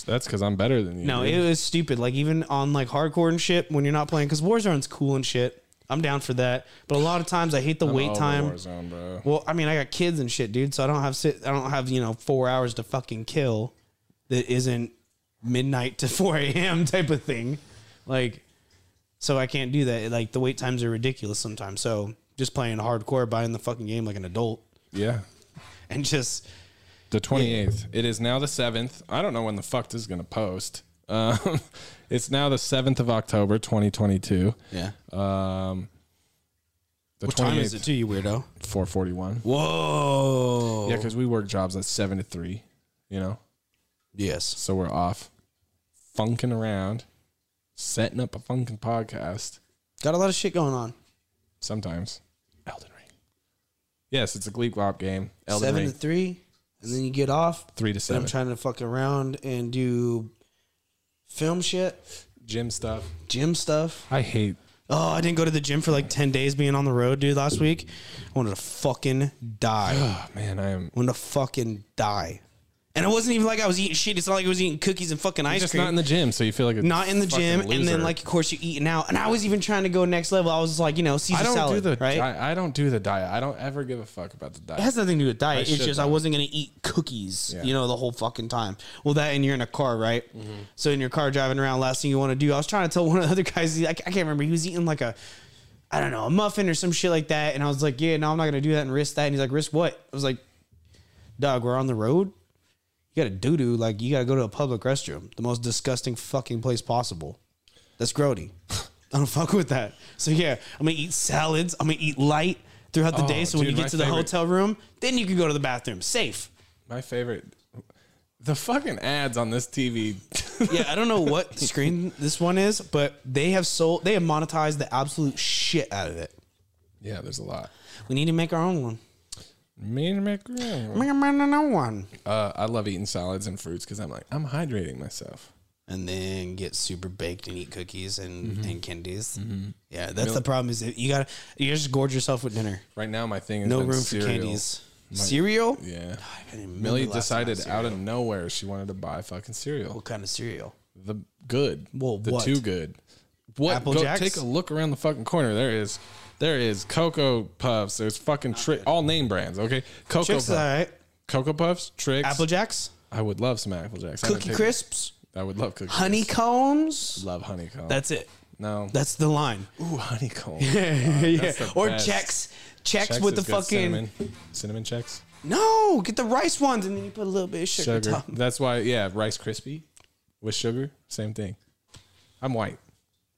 C: that's because I'm better than you.
B: No,
C: dude.
B: it was stupid. Like even on like hardcore and shit, when you're not playing, because Warzone's cool and shit. I'm down for that. But a lot of times I hate the
C: I'm
B: wait
C: over
B: time.
C: Oh, Warzone, bro.
B: Well, I mean, I got kids and shit, dude. So I don't have sit. I don't have you know four hours to fucking kill. That isn't midnight to [LAUGHS] four a.m. type of thing. Like, so I can't do that. Like the wait times are ridiculous sometimes. So just playing hardcore, buying the fucking game like an adult,
C: yeah,
B: and just
C: the 28th. It is now the 7th. I don't know when the fuck this is gonna post. Um, [LAUGHS] it's now the 7th of October, 2022.
B: yeah.
C: Um, the
B: What time is it, too, you weirdo?
C: 441.
B: Whoa.
C: Yeah, because we work jobs at seven to three. You know.
B: yes.
C: So we're off funking around, setting up a funkin' podcast
B: Got a lot of shit going on.
C: sometimes. Elden Ring. Yes, it's a Gleek Glop game. Elden
B: seven
C: Ring.
B: to three, and then you get off.
C: Three to
B: Then I'm
C: seven.
B: trying to fuck around and do film shit,
C: Gym stuff.
B: gym stuff.
C: I hate.
B: Oh, I didn't go to the gym for like ten days being on the road, dude. Last week, I wanted to fucking [GASPS] die.
C: Oh, man, I am.
B: wanted to fucking die. And it wasn't even like I was eating shit. It's not like I was eating cookies and fucking
C: You're
B: ice
C: just
B: cream.
C: not in the gym, so you feel like a
B: not in the
C: fucking
B: gym, and
C: loser.
B: then like of course you're eating out. And I was even trying to go next level. I was like, you know, Caesar
C: I don't
B: salad,
C: do the
B: right?
C: I, I don't do the diet. I don't ever give a fuck about the
B: It
C: diet.
B: has nothing to do with diet. it's
C: should,
B: just I
C: though.
B: wasn't gonna eat cookies,
C: Yeah. Mm-hmm.
B: you know, the whole fucking time. Well, that and you're in a car, right? So in your car driving around, last thing you want to do. I was trying to tell [LAUGHS] one of the other guys. I, I can't remember. He was eating like a, I don't know, a muffin or some shit like that. And I was like, yeah, no, I'm not gonna do that and risk that. And he's like, risk what? I was like, dog, we're on the road. You gotta doo doo. Like you gotta go to a public restroom, the most disgusting fucking place possible. That's grody. [LAUGHS] I don't fuck with that. So yeah, I'm gonna eat salads. I'm gonna eat light throughout the
C: Oh,
B: day. So when
C: dude,
B: you
C: my
B: get to the
C: favorite-
B: hotel room, then you can go to the bathroom. Safe.
C: My favorite. The fucking ads on this TV.
B: [LAUGHS] Yeah, I don't know what [LAUGHS] screen this one is, but they have sold. They have monetized the absolute shit out of it.
C: yeah, there's a lot.
B: We need to make our own one.
C: Me and McGregor.
B: Make our own one.
C: Uh, I love eating salads and fruits because I'm like I'm hydrating myself.
B: and then get super baked and eat cookies and, and candies. Yeah, that's the problem. Is that you gotta you just gorge yourself with dinner.
C: Right now, my thing is
B: No
C: been
B: room
C: cereal.
B: for candies. Cereal?
C: Yeah,
B: I can't remember
C: Millie
B: the last
C: decided
B: time I had
C: out of nowhere she wanted to buy fucking cereal.
B: What kind of cereal?
C: The good,
B: Well,
C: the
B: what?
C: too good. What?
B: Apple
C: Go
B: Jacks?
C: take a look around the fucking corner. There is, there is Cocoa Puffs. There's fucking tri- all name brands. Okay, Cocoa
B: Chicks,
C: Puffs,
B: all right.
C: Cocoa Puffs, Tricks.
B: Apple Jacks,
C: I would love some Apple Jacks. I haven't
B: Cookie
C: taken-
B: Crisps,
C: I would love cookie.
B: Honeycombs.
C: Love honeycomb.
B: That's it.
C: no.
B: That's the line.
C: Ooh, honeycomb.
B: [LAUGHS] yeah.
C: the
B: Or
C: best.
B: checks. Checks
C: Chex
B: with
C: is
B: the
C: good.
B: fucking
C: cinnamon, cinnamon checks.
B: no. Get the rice ones, and then you put a little bit of sugar. on
C: sugar.
B: top.
C: That's why, yeah, Rice crispy with sugar, same thing. I'm white.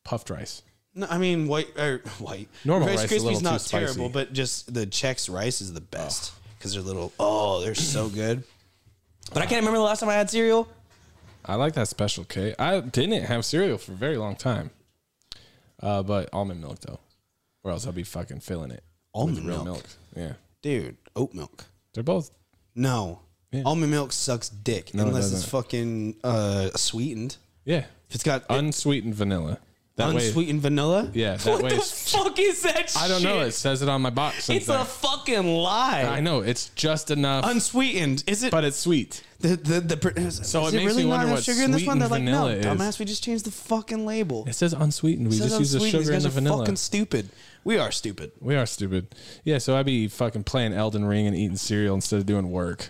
C: puffed rice.
B: No, I mean white or [LAUGHS] white.
C: Normal
B: Rice
C: rice is a
B: Krispies
C: little
B: not
C: too
B: terrible,
C: spicy.
B: but just the Chex rice is the best because they're little. Oh, they're
C: [CLEARS THROAT]
B: so good. But I can't remember the last time I had cereal.
C: I like that special K. I didn't have cereal for a very long time. Uh, but almond milk though, or else I'll be fucking filling it.
B: Almond
C: Real
B: milk.
C: milk. Yeah,
B: dude. Oat milk.
C: they're both.
B: No,
C: Yeah.
B: almond milk sucks dick
C: it
B: unless it's
C: doesn't.
B: fucking uh, sweetened.
C: Yeah,
B: If it's got
C: unsweetened vanilla. That way,
B: unsweetened vanilla,
C: yeah, that
D: What
B: [LAUGHS]
C: way.
D: the
C: it's-
D: fuck is that
C: I don't know. It
D: shit?
C: says it on my box. since
D: It's
C: then.
D: a fucking
C: I
D: lie.
C: know it's just enough,
B: unsweetened. Is it?
C: but it's sweet.
B: the the, the pr- so
C: it makes me wonder what sweetened
B: They're like, no,
C: vanilla is.
B: dumbass. We just changed the fucking label.
C: It says unsweetened. We
B: It says
C: just use the
B: unsweetened.
C: sugar and
B: These
C: the
B: guys are
C: vanilla.
B: fucking stupid. We are stupid.
C: we are stupid. Yeah, so I'd be fucking playing Elden Ring and eating cereal instead of doing work.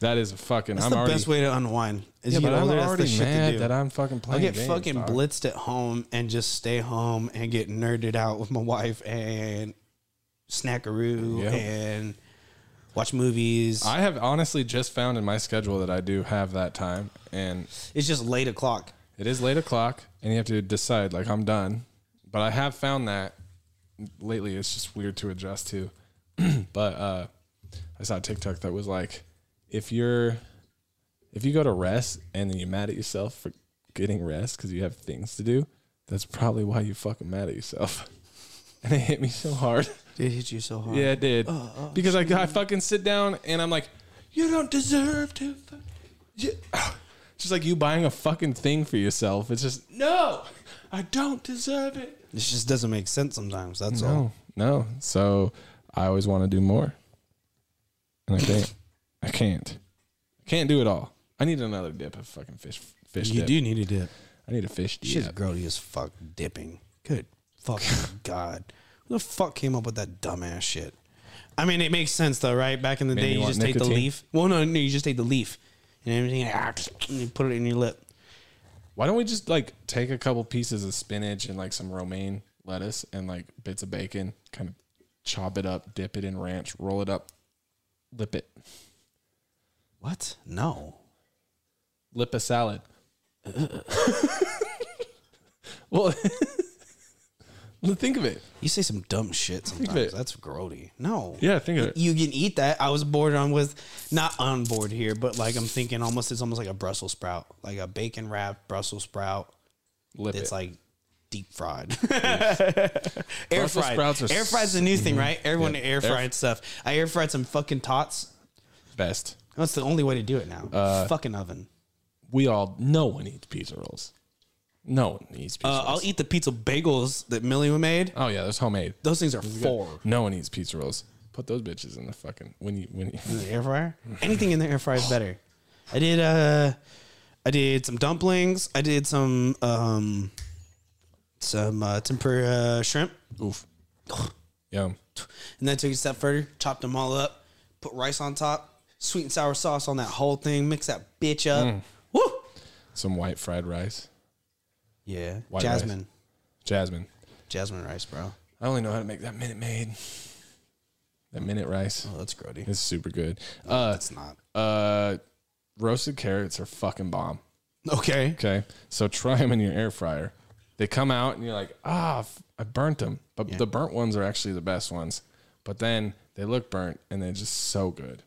C: That is a fucking.
B: That's
C: I'm
B: the
C: already.
B: best way to unwind. Is
C: yeah,
B: you
C: but
B: know,
C: I'm
B: that's the
C: already
B: shit to do.
C: mad that I'm fucking
B: I'll
C: playing.
B: get
C: games,
B: fucking
C: dog.
B: blitzed at home and just stay home and get nerded out with my wife and snackaroo
C: Yep.
B: and watch movies.
C: I have honestly just found in my schedule that I do have that time, and
B: it's just late o'clock.
C: it is late o'clock, and you have to decide like I'm done. But I have found that lately it's just weird to adjust to. [CLEARS THROAT] but uh, I saw a TikTok that was like, if you're if you go to rest and then you're mad at yourself for getting rest because you have things to do, that's probably why you fucking mad at yourself. [LAUGHS] And it hit me so hard.
B: It hit you so hard.
C: Yeah, it did. because I, I fucking sit down and I'm like, you don't deserve to. fu- you-" [SIGHS] Just like you buying a fucking thing for yourself. It's just, no, I don't deserve it.
B: This just doesn't make sense sometimes. That's all.
C: No, no. So I always want to do more. And I can't. I can't. I can't do it all. I need another dip of fucking fish. Fish
B: You
C: dip.
B: do need to dip.
C: I need a fish dip.
B: Shit's grody as fuck dipping. Good
C: [LAUGHS]
B: fucking god. Who the fuck came up with that dumbass shit? I mean, it makes sense though, right? Back in the
C: Made
B: day,
C: me
B: you
C: want
B: just take the
C: nicotine.
B: leaf. Well, no, no, you just take the leaf and everything, Ah, and you put it in your lip.
C: Why don't we just like take a couple pieces of spinach and like some romaine lettuce and like bits of bacon, kind of chop it up, dip it in ranch, roll it up, lip it,
B: What? No.
C: lip a salad. [LAUGHS] well, [LAUGHS] think of it.
B: You say some dumb shit
C: of
B: sometimes.
C: it.
B: That's grody. No.
C: Yeah, think of it.
B: You can eat that. I was bored on with, not on board here, but like I'm thinking almost it's almost like a Brussels sprout, like a bacon wrapped Brussels sprout
C: Lip
B: that's
C: it.
B: like deep fried. [LAUGHS] air
C: Brussels
B: fried.
C: sprouts are
B: air
C: s-
B: fried's the new thing, right? Everyone
C: Yeah.
B: air
C: Air-
B: fried stuff. I air fried some fucking tots.
C: best.
B: That's the only way to do it now.
C: Uh,
B: fucking oven.
C: We all no one eats pizza rolls. No one eats pizza
B: Uh,
C: rolls.
B: I'll eat the pizza bagels that Millie made.
C: oh yeah, that's homemade.
B: Those things are four.
C: No one eats pizza rolls. Put those bitches in the fucking when you when you
B: in the air fryer. [LAUGHS] Anything in the air fryer is better. [SIGHS] I did uh I did some dumplings. I did some um some uh, tempura shrimp.
C: [LAUGHS] oof. Yum.
B: And then took it a step further, chopped them all up, put rice on top, sweet and sour sauce on that whole thing, mix that bitch up.
C: Mm.
B: Woo!
C: Some white fried rice.
B: Yeah.
C: White
B: Jasmine.
C: rice. Jasmine.
B: Jasmine rice, bro.
C: I only know how to make that minute made. That minute rice
B: Oh, that's grody.
C: is super good. Uh,
B: That's not.
C: uh, roasted carrots are fucking bomb.
B: Okay.
C: Okay, so try them in your air fryer. They come out and you're like, ah, f- I burnt them. But the burnt ones are actually the best ones. But then they look burnt and they're just so good.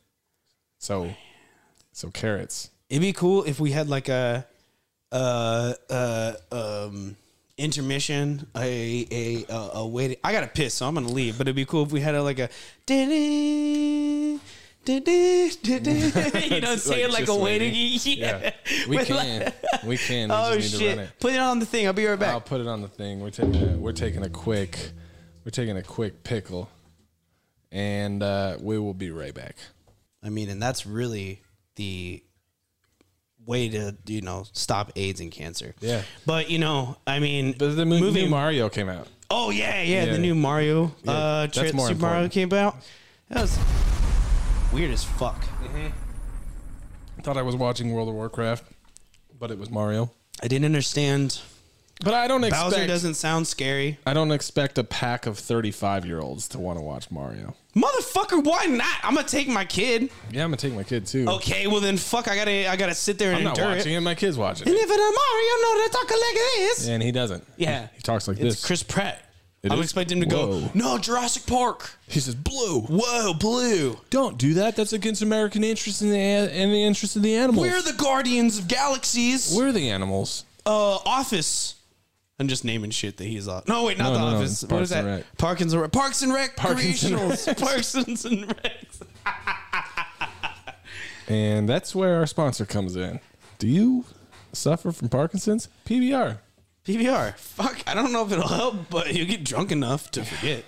C: So, so carrots.
B: It'd be cool if we had like a uh uh um intermission a a a, a way to, I gotta piss so I'm gonna leave but it'd be cool if we had a,
C: [LAUGHS]
B: like a [LAUGHS] you know
C: It's
B: say it like
C: just
B: a way to [LAUGHS]
C: waiting.
B: yeah,
C: we
B: With, like-
C: can, we can. We
B: [LAUGHS] oh
C: just need to
B: shit
C: run it.
B: put it on the thing I'll be right
C: I'll
B: back
C: put it on the thing. We're taking a, we're taking a quick we're taking a quick pickle, and uh, we will be right back.
B: I mean and that's really the way to you know stop AIDS and cancer
C: Yeah.
B: but you know I mean
C: But the mo- movie Mario came out.
B: Oh yeah, yeah,
C: Yeah.
B: the new Mario uh
C: that's
B: tri- Super
C: more
B: Mario
C: important.
B: came out. That was weird as fuck.
C: I thought I was watching World of Warcraft, but it was Mario.
B: I didn't understand
C: But I don't expect
B: Bowser doesn't sound scary.
C: I don't expect a pack of 35 year olds to want to watch Mario.
B: Motherfucker, why not? I'm gonna take my kid.
C: Yeah, I'm gonna take my kid too.
B: Okay, well then fuck. I gotta I gotta sit there and
C: I'm not
B: endure
C: watching
B: it.
C: it. My kid's watching
B: And
C: it,
B: if it a Mario, no, they talking like this.
C: and he doesn't.
B: Yeah.
C: he talks like
B: It's
C: this.
B: Chris Pratt.
C: It
B: I would
C: is?
B: expect him to
C: Whoa.
B: go. No, Jurassic Park.
C: he says blue.
B: Whoa, blue.
C: Don't do that. That's against American interest in the an- and the interest of the animals.
B: We're the guardians of galaxies.
C: We're the animals.
B: uh, Office. I'm just naming shit that he's on. No, wait, not
C: No,
B: the
C: no, no,
B: Office.
C: it's
B: What is
C: Parks and
B: that?
C: Rec.
B: Parkins and Rec. Parks and Rec.
C: Parkins and
B: Recreationals. [LAUGHS] Parkins and Recs.
C: And that's where our sponsor comes in. Do you suffer from Parkinson's? PBR.
B: PBR. Fuck, I don't know if it'll help, but you get drunk enough to forget.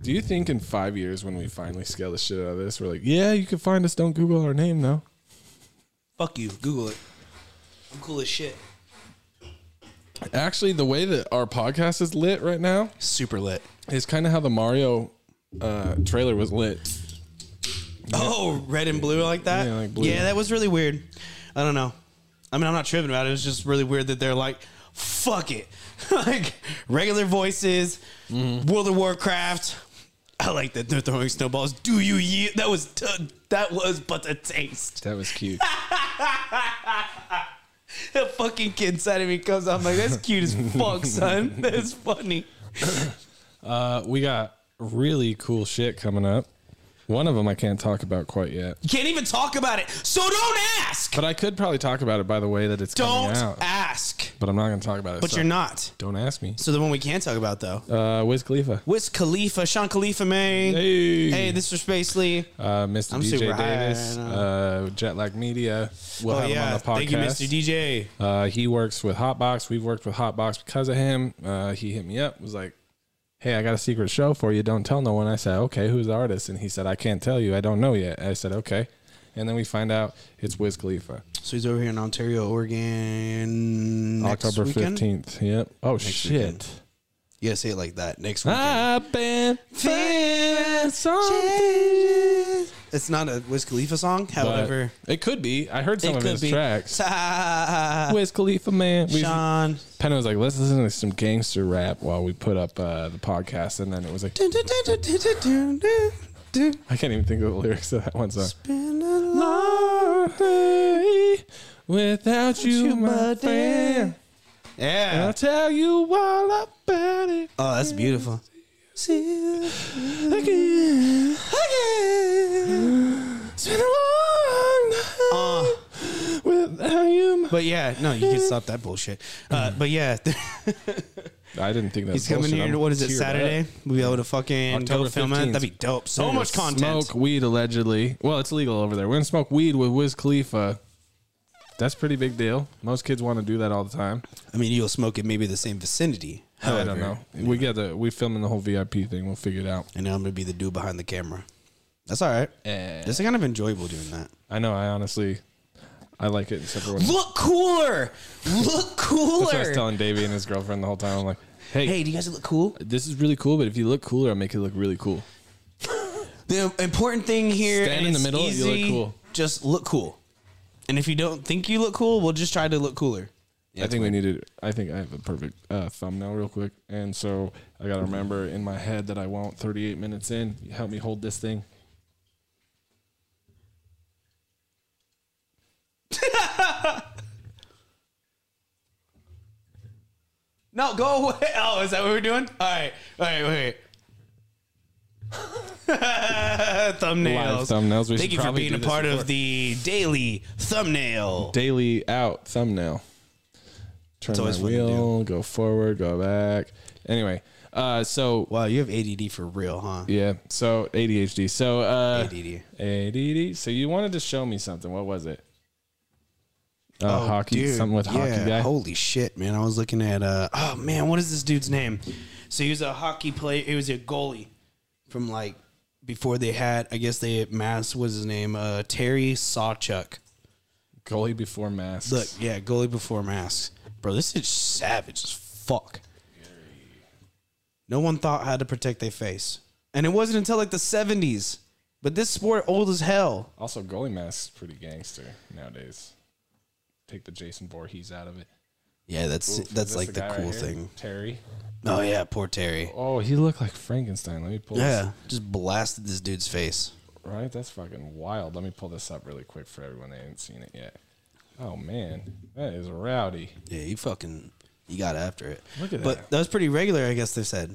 C: Do you think in five years when we finally scale the shit out of this, we're like, yeah, you can find us. Don't Google our name though.
B: Fuck you. Google it. I'm cool as shit.
C: Actually, the way that our podcast is lit right now
B: Super lit.
C: is kind of how the Mario uh, trailer was lit.
B: Oh, red and blue like that?
C: Yeah, like blue.
B: Yeah, that was really weird. I don't know. I mean, I'm not tripping about it. It was just really weird that they're like, fuck it. [LAUGHS] like, regular voices,
C: Mm-hmm.
B: World of Warcraft. I like that they're throwing snowballs. Do you? Ye- that was t- that was but a taste.
C: That was cute.
B: The fucking kid side of me comes out. I'm like, that's cute
C: [LAUGHS]
B: as fuck, son. That's funny.
C: [LAUGHS] uh, we got really cool shit coming up. One of them I can't talk about quite yet,
B: You can't even talk about it. So don't ask.
C: but I could probably talk about it by the way that it's
B: Don't
C: coming out.
B: ask.
C: but I'm not going to talk about it.
B: But
C: so
B: you're not.
C: Don't ask me.
B: So the one we can talk about though.
C: Uh, Wiz Khalifa.
B: Wiz Khalifa, Sean Khalifa, May.
C: Hey.
B: Hey, this is Space Lee.
C: Uh, mister
B: I'm
C: DJ
B: super high
C: Davis,
B: right
C: uh, Jetlag Media. We'll
B: oh
C: have him on
B: yeah,
C: the podcast.
B: thank you, Mr. DJ.
C: Uh, he works with Hotbox. We've worked with Hotbox because of him. Uh, he hit me up, was like, Hey, I got a secret show for you. Don't tell no one. I said, Okay, who's the artist? And he said, I can't tell you. I don't know yet. I said, Okay. And then we find out it's Wiz Khalifa.
B: So he's over here in Ontario, Oregon. next
C: October
B: weekend?
C: 15th. Yep. Oh, shit.
B: You gotta say it like that. Next weekend.
C: I've been feeling something.
B: It's not a Wiz Khalifa song, however.
C: But It could be. I heard some
B: it
C: of
B: could
C: his
B: be.
C: tracks.
B: Ah,
C: Wiz Khalifa, man. We've-
B: Sean.
C: Penn was like, let's listen to some gangster rap while we put up uh, the podcast. And then it was like, I can't even think of the lyrics of that one song.
B: Been a long-
C: Lonely without you,
B: you,
C: my
B: my
C: friend. And I'll
B: Yeah.
C: tell you all about it
B: Oh, that's
C: [LAUGHS]
B: beautiful. See again.
C: again. It's been a long night
B: Uh,
C: without you. my-
B: but yeah, no, you can stop that bullshit. Uh, but yeah.
C: I didn't think that
B: He's coming here. What is it? Saturday. We'll be able to fucking
C: October
B: go film it.
C: 15th.
B: That'd be dope. So much content.
C: Smoke weed allegedly. Well, it's legal over there. We're gonna smoke weed with Wiz Khalifa. That's pretty big deal. Most kids want to do that all the time.
B: I mean, you'll smoke it maybe the same vicinity.
C: I
B: However,
C: don't know. We get the we filming the whole VIP thing. We'll figure it out.
B: And now I'm gonna be the dude behind the camera. That's all right.
C: Eh.
B: This is kind of enjoyable doing that.
C: I know. I honestly, I like it. Except for when
B: Look cooler. Look
C: [LAUGHS] That's what I was
B: cooler.
C: telling Davey and his girlfriend the whole time. I'm like, hey,
B: Hey, do you guys look cool?
C: this is really cool, but if you look cooler, I'll make it look really cool.
B: The important thing here.
C: Stand
B: and
C: in the
B: it's
C: middle, you look
B: easy,
C: cool.
B: Just look cool. And if you don't think you look cool, we'll just try to look cooler.
C: I think we needed. I think I have a perfect uh, thumbnail, real quick, and so I gotta remember in my head that I want 38 minutes in. You help me hold this thing.
B: No, go away. [LAUGHS] Oh, is that what we're doing? All right. All right, wait. [LAUGHS] thumbnails.
C: Live thumbnails. We
B: Thank
C: should
B: you for
C: probably
B: being
C: do
B: a
C: this
B: part
C: before.
B: of the daily thumbnail.
C: daily out thumbnail. Turn
B: It's
C: my
B: always fun to
C: wheel, go forward, go back. Anyway, uh, so
B: Wow, you have ADD for real, huh?
C: yeah, so ADHD. So uh,
B: ADD.
C: ADD. So you wanted to show me something. What was it? Uh, hockey,
B: Oh, dude,
C: something with
B: yeah.
C: hockey guy.
B: Holy shit, man! I was looking at uh, oh man, what is this dude's name? So he was a hockey player. He was a goalie from like before they had. I guess they mass was his name. Uh, Terry Sawchuk.
C: Goalie before masks.
B: Look, yeah, goalie before masks, bro. This is savage as fuck. No one thought how to protect their face, and it wasn't until like the seventies. But this sport old as hell.
C: Also, goalie masks pretty gangster nowadays. Take the Jason Voorhees out of it.
B: Yeah, that's that's
C: Is this
B: like the,
C: guy
B: cool
C: right here?
B: thing.
C: Terry.
B: Oh yeah, poor Terry.
C: Oh, he looked like Frankenstein. Let me pull this
B: Yeah, just blasted this dude's face.
C: Right? That's fucking wild. Let me pull this up really quick for everyone that ain't seen it yet. Oh man, that is rowdy.
B: Yeah, he fucking he got after it.
C: Look at
B: but
C: that.
B: that was pretty regular, I guess they said.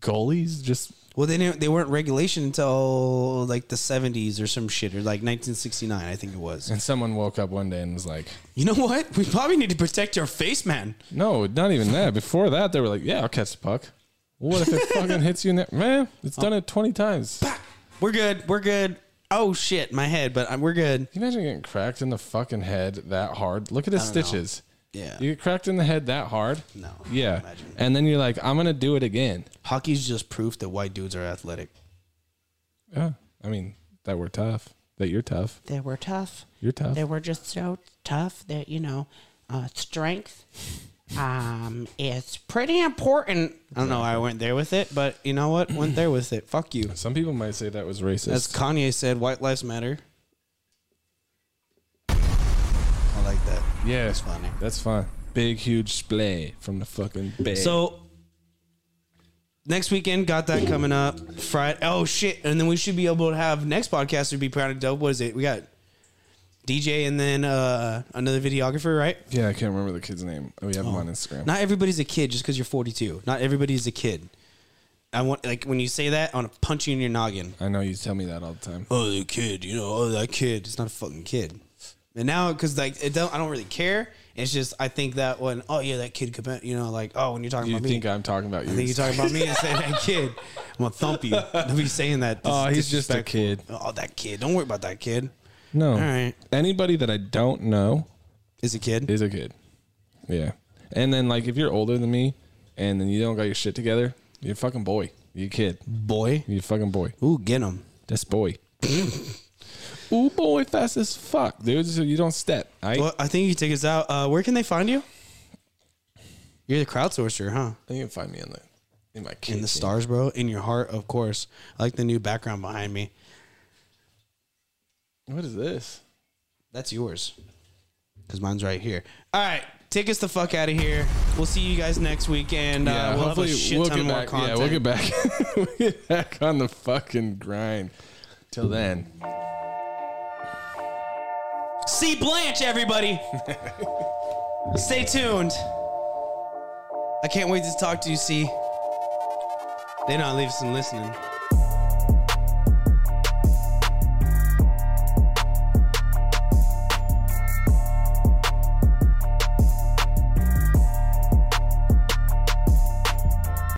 C: Goalies just
B: Well, they didn't. They weren't regulation until like the seventies or some shit, or like nineteen sixty nine, I think it was.
C: and someone woke up one day and was like,
B: You know what? We probably need to protect your face, man.
C: "No, not even that." Before that, they were like, "Yeah, I'll catch the puck." What
B: [LAUGHS]
C: if it fucking hits you in there, man? It's done it twenty times. Can
B: We're good. We're good. Oh shit, my head, but I'm, we're good.
C: you imagine getting cracked in the fucking head that hard? Look at his
B: don't know.
C: stitches.
B: Yeah.
C: you get cracked in the head that hard.
B: No,
C: Yeah,
B: imagine.
C: and then you're like, "I'm gonna do it again."
B: Hockey's just proof that white dudes are athletic.
C: Yeah, I mean that we're tough. That you're tough.
D: They were tough.
C: You're tough.
D: They were just so tough that, you know, uh, strength um, is pretty important.
B: I don't know. why I went there with it, but you know what? Went there with it. Fuck you.
C: Some people might say that was racist.
B: As Kanye said, "White lives matter." I like that.
C: Yeah,
B: That's funny.
C: That's fine. Big, huge splay from the fucking bed.
B: So next weekend, got that coming up. Friday. Oh shit! And then we should be able to have next podcast. Would be proud of dope. What is it? We got DJ and then uh, another videographer, right?
C: yeah, I can't remember the kid's name. Oh, we have him on Instagram.
B: Not everybody's a kid just because you're 42. Not everybody's a kid. I want like when you say that, I want to punch you in your noggin.
C: I know you tell me that all the time.
B: Oh, the kid, you know, oh that kid. It's not a fucking kid. And now, because like it don't, I don't really care. It's just I think that when oh yeah, that kid could, be- you know, like oh when you're talking
C: You
B: about me,
C: think I'm talking about you?
B: I think you talk about me and say that kid. I'm gonna thump you. Don't be saying that. This
C: Oh,
B: is
C: he's just a
B: disrespectful.
C: kid.
B: Oh, that kid. Don't worry about that kid.
C: no.
B: All right.
C: Anybody that I don't know
B: Is a kid.
C: is a kid. Yeah. And then like if you're older than me, and then you don't got your shit together, you're a fucking boy. You a kid.
B: boy.
C: You a fucking boy.
B: Ooh, get him. [LAUGHS]
C: That's boy. Ooh, boy, fast as fuck, dude. So you don't step. I
B: Well, I think you can take us out. Uh, where can they find you? You're the crowdsourcer, huh?
C: you can find me in the in my
B: In
C: kitchen.
B: the stars, bro. In your heart, of course. I like the new background behind me.
C: What is this?
B: That's yours. Because mine's right here. All right. Take us the fuck out of here. We'll see you guys next week, and uh, we'll have a shit ton
C: get
B: more
C: back,
B: content.
C: Yeah, we'll get back. [LAUGHS] we'll get back on the fucking grind. Till then.
B: See Blanche, [LAUGHS] everybody. Stay tuned. I can't wait to talk to you, see. They not leave some listening.